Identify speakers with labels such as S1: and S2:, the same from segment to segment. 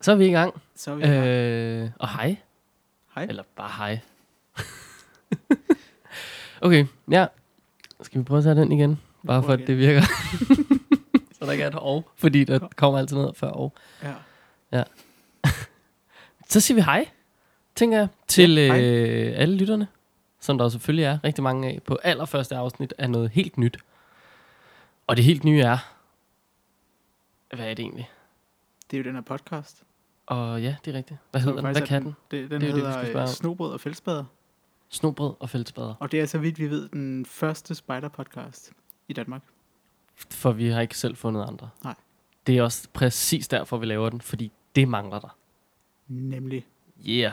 S1: Så er vi i gang.
S2: Så er vi øh,
S1: Øh, og hej.
S2: Hej.
S1: Eller bare hej. okay, ja. Skal vi prøve at tage den igen? Bare for,
S2: prøver
S1: at det virker. Så der ikke er et og, fordi der kommer altid noget før og.
S2: ja.
S1: Så siger vi hej, tænker jeg, til
S2: Ja,
S1: ja,
S2: hej.
S1: øh, alle lytterne, som der jo selvfølgelig er rigtig mange af, på allerførste afsnit af noget helt nyt. Og det helt nye er, hvad er det egentlig?
S2: Det er jo den her podcast.
S1: Og ja, det er rigtigt. Hvad hedder den?
S2: Faktisk
S1: Hvad
S2: er
S1: kan den?
S2: Det, den
S1: Det er
S2: det
S1: jo det, vi skal
S2: hedder
S1: spørge
S2: det,
S1: om.
S2: Snobrød og Fældsbader.
S1: Snobrød og fællesbader.
S2: Og det er så vidt vi ved den første spider-podcast i Danmark.
S1: For vi har ikke selv fundet andre.
S2: Nej.
S1: Det er også præcis derfor, vi laver den, fordi det mangler der.
S2: Nemlig.
S1: Yeah.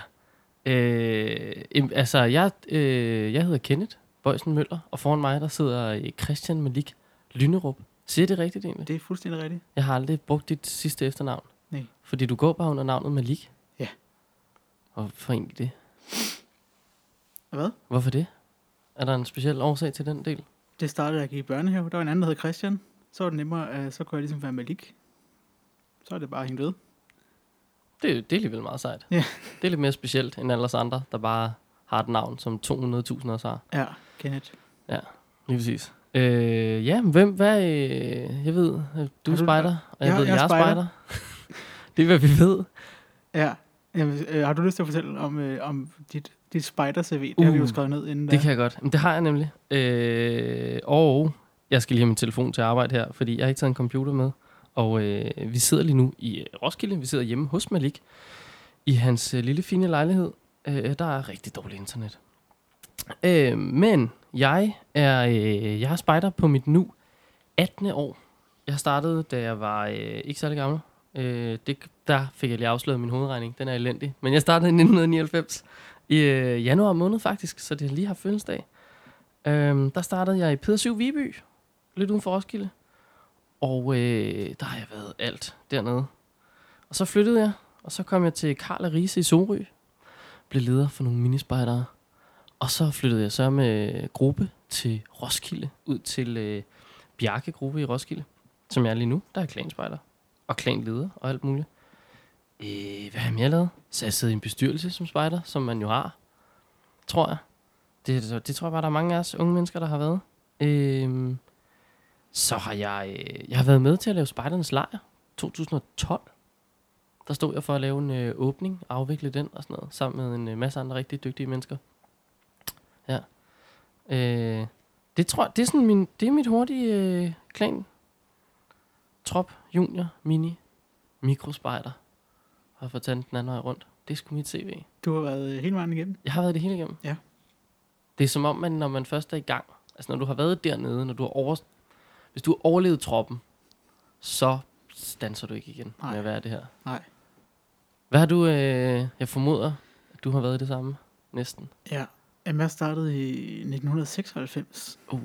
S1: Øh, em- altså, jeg, øh, jeg hedder Kenneth Bøjsen Møller, og foran mig der sidder øh, Christian Malik Lynerup. Siger jeg det rigtigt egentlig?
S2: Det er fuldstændig rigtigt.
S1: Jeg har aldrig brugt dit sidste efternavn.
S2: Nej.
S1: Fordi du går bare under navnet Malik.
S2: Ja.
S1: Og hvorfor egentlig det?
S2: Og hvad?
S1: Hvorfor det? Er der en speciel årsag til den del?
S2: Det startede, da jeg gik i børnehave. Der var en anden, der hed Christian. Så var det nemmere, øh, så kunne jeg ligesom være Malik. Så er det bare hængt ved.
S1: Det, det er alligevel meget sejt.
S2: Ja.
S1: Det er lidt mere specielt end alle os andre, der bare har et navn, som 200.000 også har.
S2: Ja, Kenneth.
S1: Lige præcis. Øh, ja, men hvem, hvad, øh, jeg ved, at du er
S2: Har du-
S1: spejder, og jeg
S2: Ja,
S1: ved,
S2: jeg
S1: jeg
S2: er
S1: er
S2: spejder.
S1: spejder. det er, hvad vi ved.
S2: Ja. Jamen, øh, har du lyst til at fortælle om, øh, om dit, dit spider-CV? Det har vi jo
S1: Uh,
S2: skrevet ned inden
S1: Det kan jeg godt. Men det har jeg nemlig. Øh, og jeg skal lige have min telefon til arbejde her, fordi jeg har ikke taget en computer med. Og øh, vi sidder lige nu i øh, Roskilde. Vi sidder hjemme hos Malik i hans øh, lille fine lejlighed. Øh, der er rigtig dårligt internet. Øh, men jeg er, øh, jeg er spejder på mit nu 18. år. Jeg startede, da jeg var øh, ikke særlig gammel. Øh, det, der fik jeg lige afsløret min hovedregning. Den er elendig. Men jeg startede i 1999 i øh, januar måned faktisk, så det har lige har fødselsdag. Øhm, der startede jeg i Pedersyv Viby, lidt uden for Roskilde. Og øh, der har jeg været alt dernede. Og så flyttede jeg, og så kom jeg til Karl og Riese i Sorø. Blev leder for nogle minispejdere. Og så flyttede jeg så med gruppe til Roskilde, ud til øh, Bjarke Gruppe i Roskilde, som jeg er lige nu. Der er klanspejder og klanleder og alt muligt. Øh, hvad har jeg mere lavet? Så jeg sidder i en bestyrelse som spejder, som man jo har, tror jeg. Det, det, det tror jeg bare, der er mange af os unge mennesker, der har været. Øh, så har jeg, øh, jeg har været med til at lave Spejdernes Lejr 2012. Der stod jeg for at lave en øh, åbning, afvikle den og sådan noget, sammen med en øh, masse andre rigtig dygtige mennesker. Ja. Øh, det tror det er sådan min, det er mit hurtige øh, klan. Trop, junior, mini, mikrospejder. Og få taget den anden vej rundt. Det er sgu mit CV.
S2: Du har været øh, hele vejen igennem.
S1: Jeg har været det hele igennem.
S2: Ja.
S1: Det er som om, man, når man først er i gang, altså når du har været dernede, når du har over... hvis du har overlevet troppen, så stanser du ikke igen Nej.
S2: Nej.
S1: med at være det her.
S2: Nej.
S1: Hvad har du, øh, jeg formoder, at du har været i det samme, næsten.
S2: Ja. Jamen, jeg startede i 1996.
S1: Uh,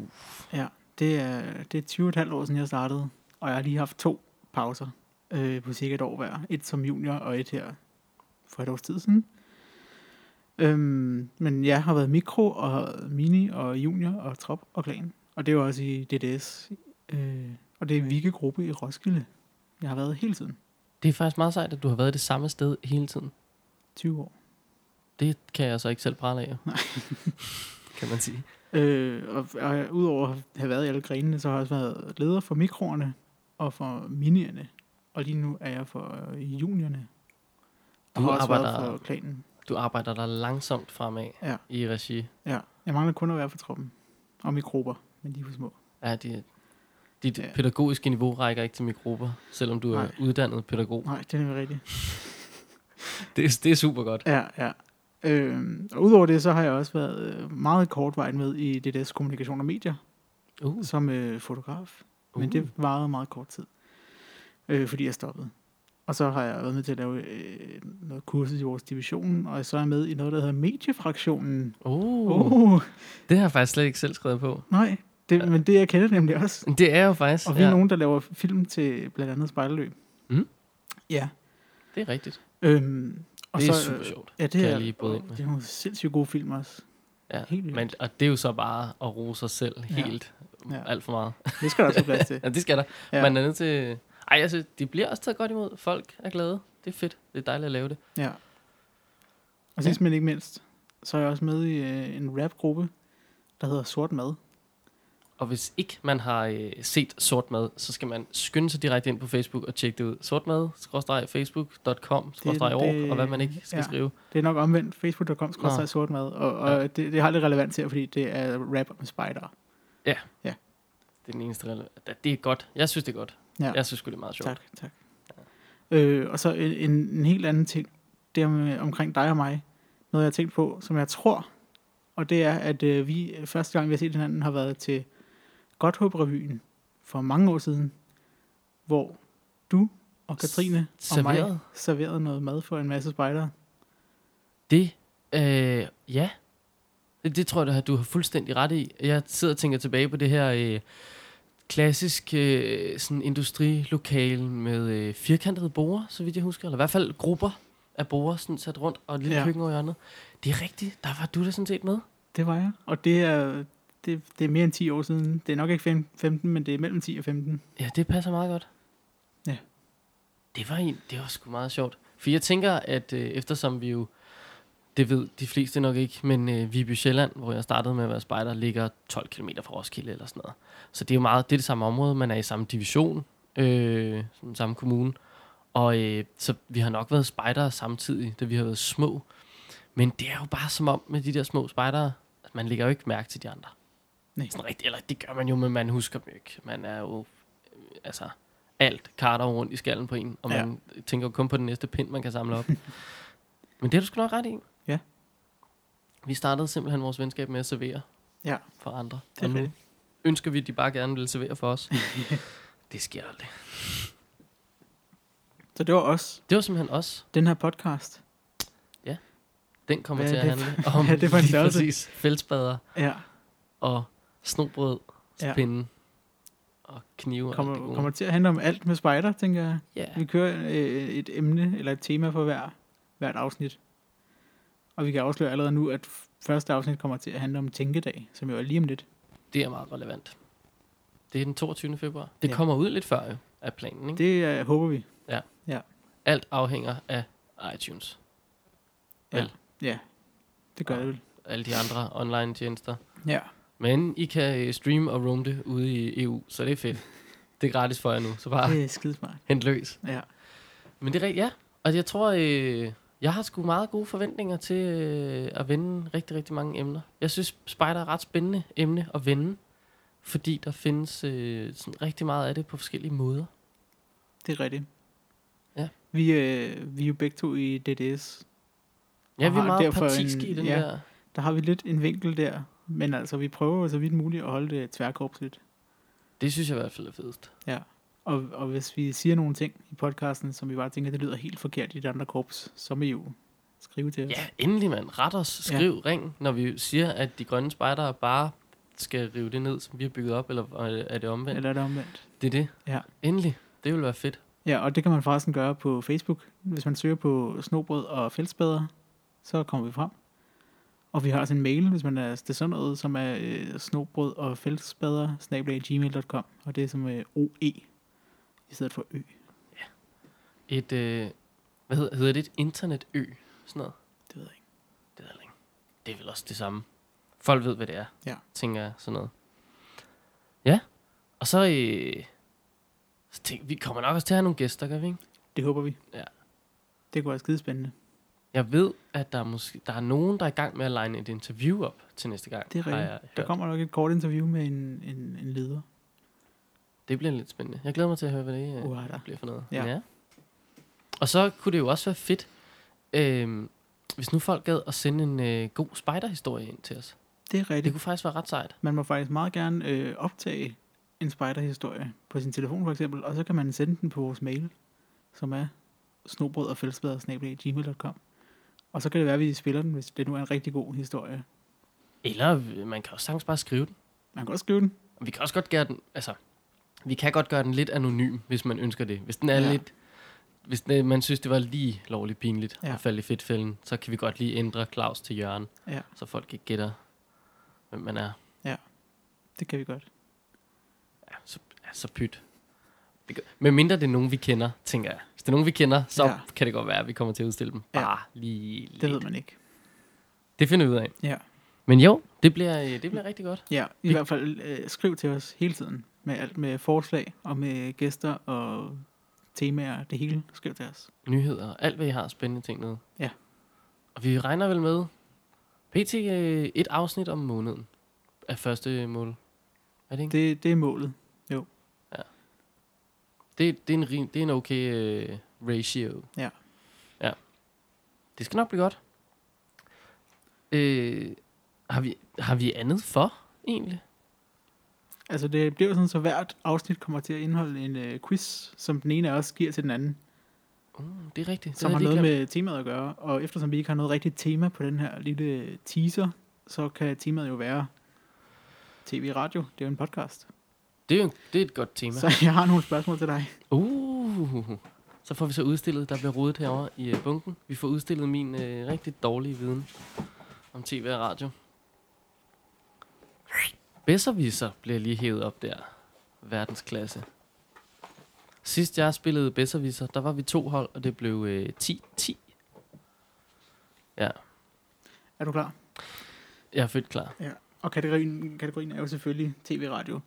S2: Det er, det er 20 og et halvt år siden, jeg startede, og jeg har lige haft to pauser øh, på cirka et år hver. Et som junior og et her for et års tid siden. Øhm, men jeg har været mikro og mini og junior og trop og klan. Og det var også i DDS. Øh, og det er Vigge Gruppe i Roskilde. Jeg har været hele tiden.
S1: det er faktisk meget sejt, at du har været det samme sted hele tiden.
S2: 20 år.
S1: Det kan jeg så ikke selv prale af, jo. kan man sige.
S2: Øh, og, og udover at have været i alle grenene, så har jeg også været leder for mikroerne og for minierne. Og lige nu er jeg for øh, juniorerne. Og
S1: Du
S2: har også
S1: arbejder-
S2: været for klanen.
S1: Du arbejder dig langsomt fremad
S2: Ja.
S1: i regi.
S2: Ja, jeg mangler kun at være for troppen. Og mikrober, men de er for små.
S1: Ja, det, dit
S2: Ja.
S1: pædagogiske niveau rækker ikke til mikrober, selvom du er
S2: Nej.
S1: uddannet pædagog.
S2: Nej, det er nemlig rigtigt.
S1: Det, er- det er super godt.
S2: Ja, ja. Øh, og udover det, så har jeg også været øh, meget kort vej med i DDS kommunikation og medier,
S1: Uh,
S2: som øh, fotograf. Men
S1: Uh.
S2: det varede meget kort tid, øh, fordi jeg stoppede. Og så har jeg været med til at lave øh, noget kursus i vores division, og så er jeg med i noget, der hedder mediefraktionen.
S1: uh,
S2: Uh.
S1: uh.
S2: Oh,
S1: Det har jeg faktisk slet ikke selv skrevet på.
S2: nej, det, men det jeg kender nemlig også.
S1: Men Det er jo faktisk.
S2: Og vi er ja. nogen, der laver film til blandt andet Spejderløb.
S1: Mm.
S2: Ja.
S1: Det er rigtigt.
S2: Øhm, og
S1: det
S2: så,
S1: er super sjovt.
S2: Ja, det
S1: Kan
S2: er,
S1: jeg lige bryde ind med.
S2: det er nogle sindssygt gode film også.
S1: Ja.
S2: helt vildt.
S1: Men, og det er jo så bare at rose sig selv
S2: Ja.
S1: helt.
S2: Ja.
S1: Alt for meget.
S2: Det skal der også være plads til.
S1: Ja, det skal der.
S2: Ja.
S1: Man er nødt til... Ej, altså, de bliver også taget godt imod. Folk er glade. det er fedt. Det er dejligt at lave det.
S2: Ja. Og sidst men ikke mindst, så er jeg også med i øh, en rapgruppe, der hedder Sort Mad.
S1: Og hvis ikke man har øh, set Sort Mad, så skal man skynde sig direkte ind på Facebook og tjekke det ud. Sortmad, skråstreg, facebook.com, skråstreg
S2: det-
S1: org, og hvad man ikke skal
S2: ja.
S1: ja. skrive.
S2: Det er nok omvendt facebook.com skrøster sort mad, og, og ja. det, det, har lidt relevans her, fordi det er rap om spider.
S1: Det er den eneste relevant. da- Det er godt. Jeg synes, det er godt.
S2: Ja.
S1: Ja. Jeg synes sgu, det er meget sjovt.
S2: Tak, tak. Øh, og så en, en, en helt anden ting, det er med, omkring dig og mig. Noget, jeg har tænkt på, som jeg tror, og det er, at øh, vi første gang, vi har set hinanden, har været til Godthåb-revyen for mange år siden, hvor du og Katrine
S1: S-
S2: og mig
S1: serverede.
S2: serverede noget mad for en masse spejdere.
S1: Det, øh, ja. Det, det tror jeg, da, du har fuldstændig ret i. Jeg sidder og tænker tilbage på det her øh, klassisk øh, sådan industrilokale med øh, firkantede borer, så vidt jeg husker. Eller i hvert fald grupper af borer sådan sat rundt og et lille
S2: Ja.
S1: ja. køkken over hjørnet. Det er rigtigt. Der var du da sådan set med.
S2: Det var jeg. Og det er, det, det er mere end 10 år siden. Det er nok ikke fem- 15, men det er mellem 10 og 15.
S1: Ja, det passer meget godt.
S2: Ja.
S1: Det var en, det var sgu meget sjovt. For jeg tænker, at øh, eftersom vi jo, det ved de fleste nok ikke, men øh, Viby Sjælland, hvor jeg startede med at være spejder, ligger 12 km fra Roskilde eller sådan noget. Så det er jo meget, det er det samme område, man er i samme division, øh, sådan samme kommune. Og øh, så vi har nok været spejdere samtidig, da vi har været små. Men det er jo bare som om med de der små spejdere, at man lægger jo ikke mærke til de andre.
S2: Nej.
S1: Sådan rigtigt, eller det gør man jo, men man husker dem jo ikke. Man er jo, øh, altså, alt karter rundt i skallen på en, og
S2: Ja.
S1: man tænker jo kun på den næste pind, man kan samle op. men det er du sgu nok ret i.
S2: Ja.
S1: Vi startede simpelthen vores venskab med at servere
S2: Ja.
S1: for andre.
S2: Det er
S1: og nu
S2: rigtigt.
S1: ønsker vi, at de bare gerne vil servere for os. det sker aldrig.
S2: Så det var os.
S1: Det var simpelthen os.
S2: Den her podcast.
S1: Den kommer
S2: Hvad
S1: til
S2: er
S1: at
S2: det
S1: handle om
S2: hvad er det for en
S1: lige
S2: størrelse?
S1: præcis fældspader
S2: Ja,
S1: og snobrød,
S2: Ja.
S1: spinde og knive. og
S2: kommer,
S1: alt det gode.
S2: kommer til at handle om alt med spider, tænker jeg.
S1: Ja.
S2: Vi kører øh, et emne eller et tema for hver, hvert afsnit. Og vi kan afsløre allerede nu, at f- første afsnit kommer til at handle om tænkedag, som jo er lige om lidt.
S1: Det er meget relevant. Det er den 22. februar. Det
S2: Ja.
S1: ja. kommer ud lidt før jo, af planen. Ikke? Det...
S2: Det øh, håber vi.
S1: Alt afhænger af iTunes.
S2: Ja, det
S1: Ah.
S2: gør det vel.
S1: Alle de andre online tjenester.
S2: Ja,
S1: Men I kan øh, streame og roam det ude i EU, så det er fedt. Det er gratis for jer nu, så bare
S2: det er skidesmart.
S1: hent løs.
S2: Ja.
S1: Men det er rigtigt, ja. Og jeg tror, øh, jeg har sgu meget gode forventninger til øh, at vende rigtig, rigtig mange emner. Jeg synes, spejder er et ret spændende emne at vende, fordi der findes øh, sådan rigtig meget af det på forskellige måder.
S2: Det er rigtigt.
S1: Ja.
S2: Vi, øh, vi er jo begge to i DDS.
S1: Ja,
S2: Og
S1: vi er
S2: har
S1: meget
S2: derfor en-
S1: partiske i den
S2: ja.
S1: der
S2: Der har vi lidt en vinkel der, men altså vi prøver så vidt muligt at holde det tværkorpsligt.
S1: Det synes jeg i hvert fald er fedest.
S2: Og, og hvis vi siger nogle ting i podcasten, som vi bare tænker, det lyder helt forkert i det andre korps, så må I jo skrive til os.
S1: Ja, endelig mand. Ret os, skriv, ja. ring, når vi siger, at de grønne spejdere bare skal rive det ned, som vi har bygget op, eller er det- er det omvendt? Eller...
S2: Eller er det omvendt?
S1: Det er det.
S2: Ja.
S1: Endelig. Det ville være fedt.
S2: Ja, og det kan man forresten gøre på Facebook. Hvis man søger på snobrød og fældsbader, så kommer vi frem. Og vi har også en mail, hvis man er til sådan noget, som er øh, snobrød og fældsbader, gmail.com, og det er som øh, OE i stedet for Ø.
S1: Et, øh, hvad hedder, hedder det? Et internetø? Sådan noget.
S2: Det ved jeg ikke.
S1: Det ved jeg ikke. Det er vel også det samme. Folk ved, hvad det er.
S2: Ja.
S1: Tænker jeg sådan noget. Ja. Og så, øh, så tænk, vi kommer nok også til at have nogle gæster, gør vi ikke?
S2: Det håber vi.
S1: Ja.
S2: Det kunne være skidespændende.
S1: Jeg ved, at der er, måske, der er nogen, der er i gang med at line et interview op til næste gang.
S2: Det er
S1: har
S2: rigtigt.
S1: jeg
S2: Der
S1: hørt.
S2: kommer nok et kort interview med en, en, en leder.
S1: Det bliver lidt spændende. Jeg glæder mig til at høre, hvad det uh,
S2: Uha da.
S1: bliver for noget.
S2: Ja.
S1: Og så kunne det jo også være fedt, øh, hvis nu folk gad at sende en øh, god spiderhistorie ind til os.
S2: Det er
S1: Det
S2: rigtigt.
S1: kunne faktisk være ret sejt.
S2: Man må faktisk meget gerne øh, optage en spejderhistorie på sin telefon for eksempel, og så kan man sende den på vores mail, som er snobrød og Og så kan det være, at vi spiller den, hvis det nu er en rigtig god historie.
S1: Eller øh, man kan også sagtens bare skrive den.
S2: Man kan også skrive den.
S1: Og vi kan også godt gøre den, altså, vi kan godt gøre den lidt anonym, hvis man ønsker det. Hvis den er
S2: Ja.
S1: ja. lidt, hvis den, er- man synes, det var lige lovligt pinligt
S2: Ja.
S1: ja. at falde i fedtfælden, så kan vi godt lige ændre Claus til Jørgen,
S2: Ja.
S1: så folk ikke gætter, hvem man er.
S2: Det kan vi godt.
S1: Ja, så, ja, så pyt. Det gør- Med mindre det er nogen, vi kender, tænker jeg. Hvis det er nogen, vi kender, så
S2: Ja.
S1: ja. kan det godt være, at vi kommer til at udstille dem.
S2: Ja.
S1: Bare lige lidt.
S2: Det ved man ikke.
S1: det finder vi ud af.
S2: Ja.
S1: Men jo, det bliver, øh, det bliver rigtig godt.
S2: Ja, i
S1: Vi-
S2: hvert fald øh, skriv til os hele tiden med alt med forslag og med gæster og temaer, det hele. Skriv til os.
S1: Nyheder, alt hvad I har spændende ting med.
S2: Ja.
S1: Og vi regner vel med pt. øh, et afsnit om måneden af første mål. Er det ikke?
S2: Det, det er målet.
S1: Det, det, er, en, rim- det er en okay øh, ratio.
S2: Ja.
S1: Ja. Det skal nok blive godt. Øh, har, vi, har vi andet for, egentlig?
S2: Altså det bliver jo sådan, så hvert afsnit kommer til at indeholde en øh, quiz, som den ene af os giver til den anden,
S1: Mm, det er rigtigt.
S2: som
S1: det
S2: har
S1: havde jeg
S2: noget
S1: lige
S2: med temaet at gøre. Og eftersom vi ikke har noget rigtigt tema på den her lille teaser, så kan temaet jo være tv-radio. Det er jo en podcast.
S1: glemt. Det er, jo en, det er et godt tema.
S2: Så jeg har nogle spørgsmål til dig.
S1: Uh, så får vi så udstillet, der bliver rodet herovre i øh, bunken. Vi får udstillet min øh, rigtig dårlige viden om tv og radio. Besserwisser bliver lige hævet op der. Verdensklasse. Sidst jeg spillede Besserwisser, der var vi to hold, og det blev øh, 10-10. Ja,
S2: Er du klar?
S1: jeg er født klar.
S2: Og kategorien, kategorien er jo selvfølgelig tv-radio.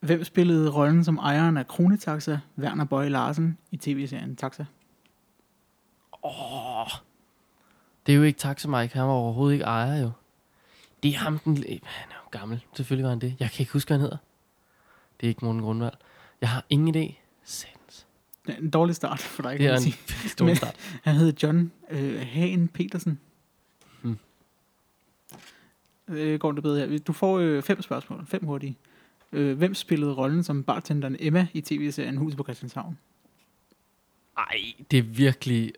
S2: Hvem spillede rollen som ejeren af Kronetaxa, Werner Bøje Larsen, i tv-serien Taxa?
S1: Det er jo ikke Taxa Mike, han var overhovedet ikke ejer jo. Det er ham den... øh, Han er jo gammel, selvfølgelig var han det. Jeg kan ikke huske, hvad han hedder. Det er ikke Morten Grundvald. Jeg har ingen idé. Sands.
S2: Det er en dårlig start for dig,
S1: Det
S2: kan
S1: er
S2: man
S1: en
S2: sige.
S1: stor
S2: Men-
S1: start.
S2: Han hed John øh, Hagen Petersen.
S1: Hmm.
S2: Øh, går det bedre her? Du får øh, fem spørgsmål. Fem hurtige. Øh, hvem spillede rollen som bartenderen Emma i tv-serien Huset på Christianshavn?
S1: Ej, det er virkelig...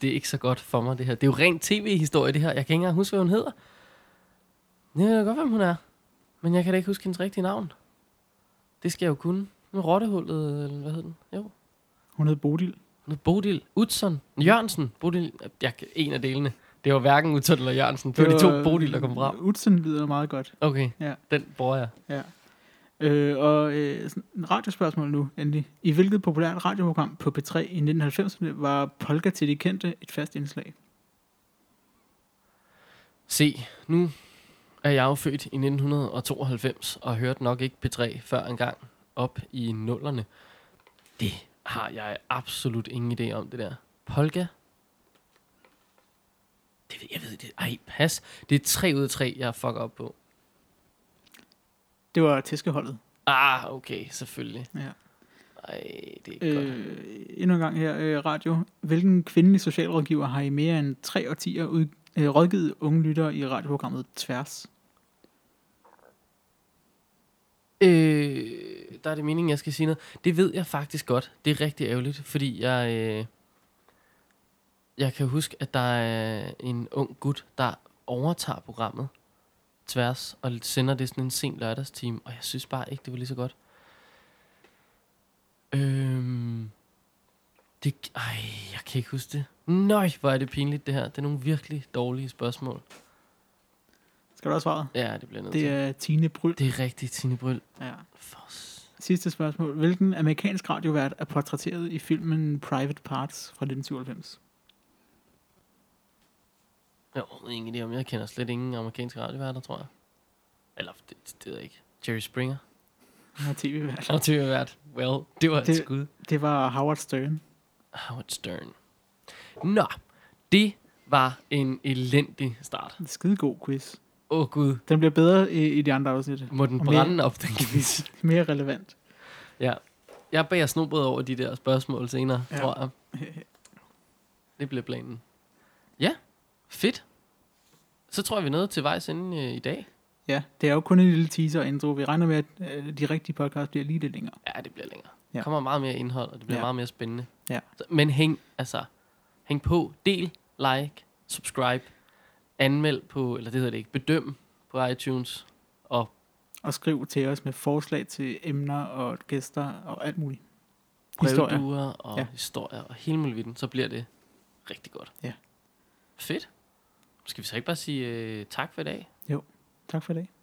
S1: Det er ikke så godt for mig, det her. Det er jo rent tv-historie, det her. Jeg kan ikke engang huske, hvad hun hedder. Jeg ved godt, hvem hun er. Men jeg kan da ikke huske hendes rigtige navn. Det skal jeg jo kunne. Nu Rottehullet, eller hvad hed den? Jo.
S2: Hun hed Bodil.
S1: Nu Bodil Utzon, Jørgensen, Bodil, jeg, en af delene. Det var hverken Utzon eller Jørgensen. Det var de to Bodil, der kom frem.
S2: Utsen Øh, lyder meget godt.
S1: Okay,
S2: Ja.
S1: ja. den bruger jeg.
S2: Ja. Øh, og øh, sådan en radiospørgsmål nu, endelig. I hvilket populært radioprogram på P3 i 1990'erne var Polka til de kendte et fast indslag?
S1: Se, nu er jeg jo født i 1992 og hørte nok ikke P3 før engang op i nullerne. Det har jeg absolut ingen idé om, det der. Polka? Det, ved- jeg ved det. Ej, pas. Det er tre ud af tre, jeg fucker op på.
S2: Det var Tæskeholdet.
S1: Ah, okay, selvfølgelig.
S2: Ja.
S1: Ej, det er ikke øh, godt.
S2: Øh, endnu en gang her, øh, radio. Hvilken kvindelig socialrådgiver har i mere end tre årtier ud, øh, rådgivet unge lyttere i radioprogrammet Tværs?
S1: Øh, der er det meningen, jeg skal sige noget. Det ved jeg faktisk godt. Det er rigtig ærgerligt, fordi jeg... Øh, jeg kan huske, at der er en ung gut, der overtager programmet tværs, og sender det sådan en sen lørdagstime, og jeg synes bare ikke, det var lige så godt. Øhm, det, ej, jeg kan ikke huske det. Nøj, hvor er det pinligt det her. Det er nogle virkelig dårlige spørgsmål.
S2: Skal du også svare?
S1: Ja, det bliver jeg nødt
S2: Det
S1: til.
S2: er Tine Bryl.
S1: Det er rigtigt, Tine Bryl.
S2: Ja.
S1: For s-
S2: Sidste spørgsmål. Hvilken amerikansk radiovært er portrætteret i filmen Private Parts fra 1997?
S1: Jeg har ingen idé om, jeg kender slet ingen amerikanske radioværter, tror jeg. Eller, det, det ved jeg ikke. Jerry Springer.
S2: Han er tv-vært.
S1: Han har tv-vært. Well, det var det...
S2: Det-
S1: et skud.
S2: Det var Howard Stern.
S1: Howard Stern. Nå, det var en elendig start.
S2: En skidegod quiz.
S1: Åh oh, gud,
S2: Den bliver bedre i, i de andre afsnit.
S1: må den
S2: Og mere-
S1: brænde op, den quiz.
S2: Mere relevant.
S1: ja. Jeg bager snobrød over de der spørgsmål senere,
S2: Ja.
S1: ja. tror jeg. Det bliver planen. Ja, fedt. Så tror jeg, vi er nået til vejs inden øh, i dag.
S2: Ja, det er jo kun en lille teaser og intro. Vi regner med, at øh, de rigtige podcasts bliver lige lidt længere.
S1: Ja, det bliver længere.
S2: Ja.
S1: Ja. kommer meget mere indhold, og det bliver
S2: Ja.
S1: ja. meget mere spændende.
S2: Ja.
S1: Så, men hæng, altså, hæng på. Del, like, subscribe, anmeld på, eller det hedder det ikke, bedøm på iTunes. Og
S2: Og skriv til os med forslag til emner og gæster og alt muligt. Historier.
S1: brevduer og
S2: Ja.
S1: ja. historier og hele muligheden, så bliver det rigtig godt.
S2: Ja.
S1: Fedt. Skal vi så ikke bare sige øh, tak for i dag?
S2: Tak for i dag.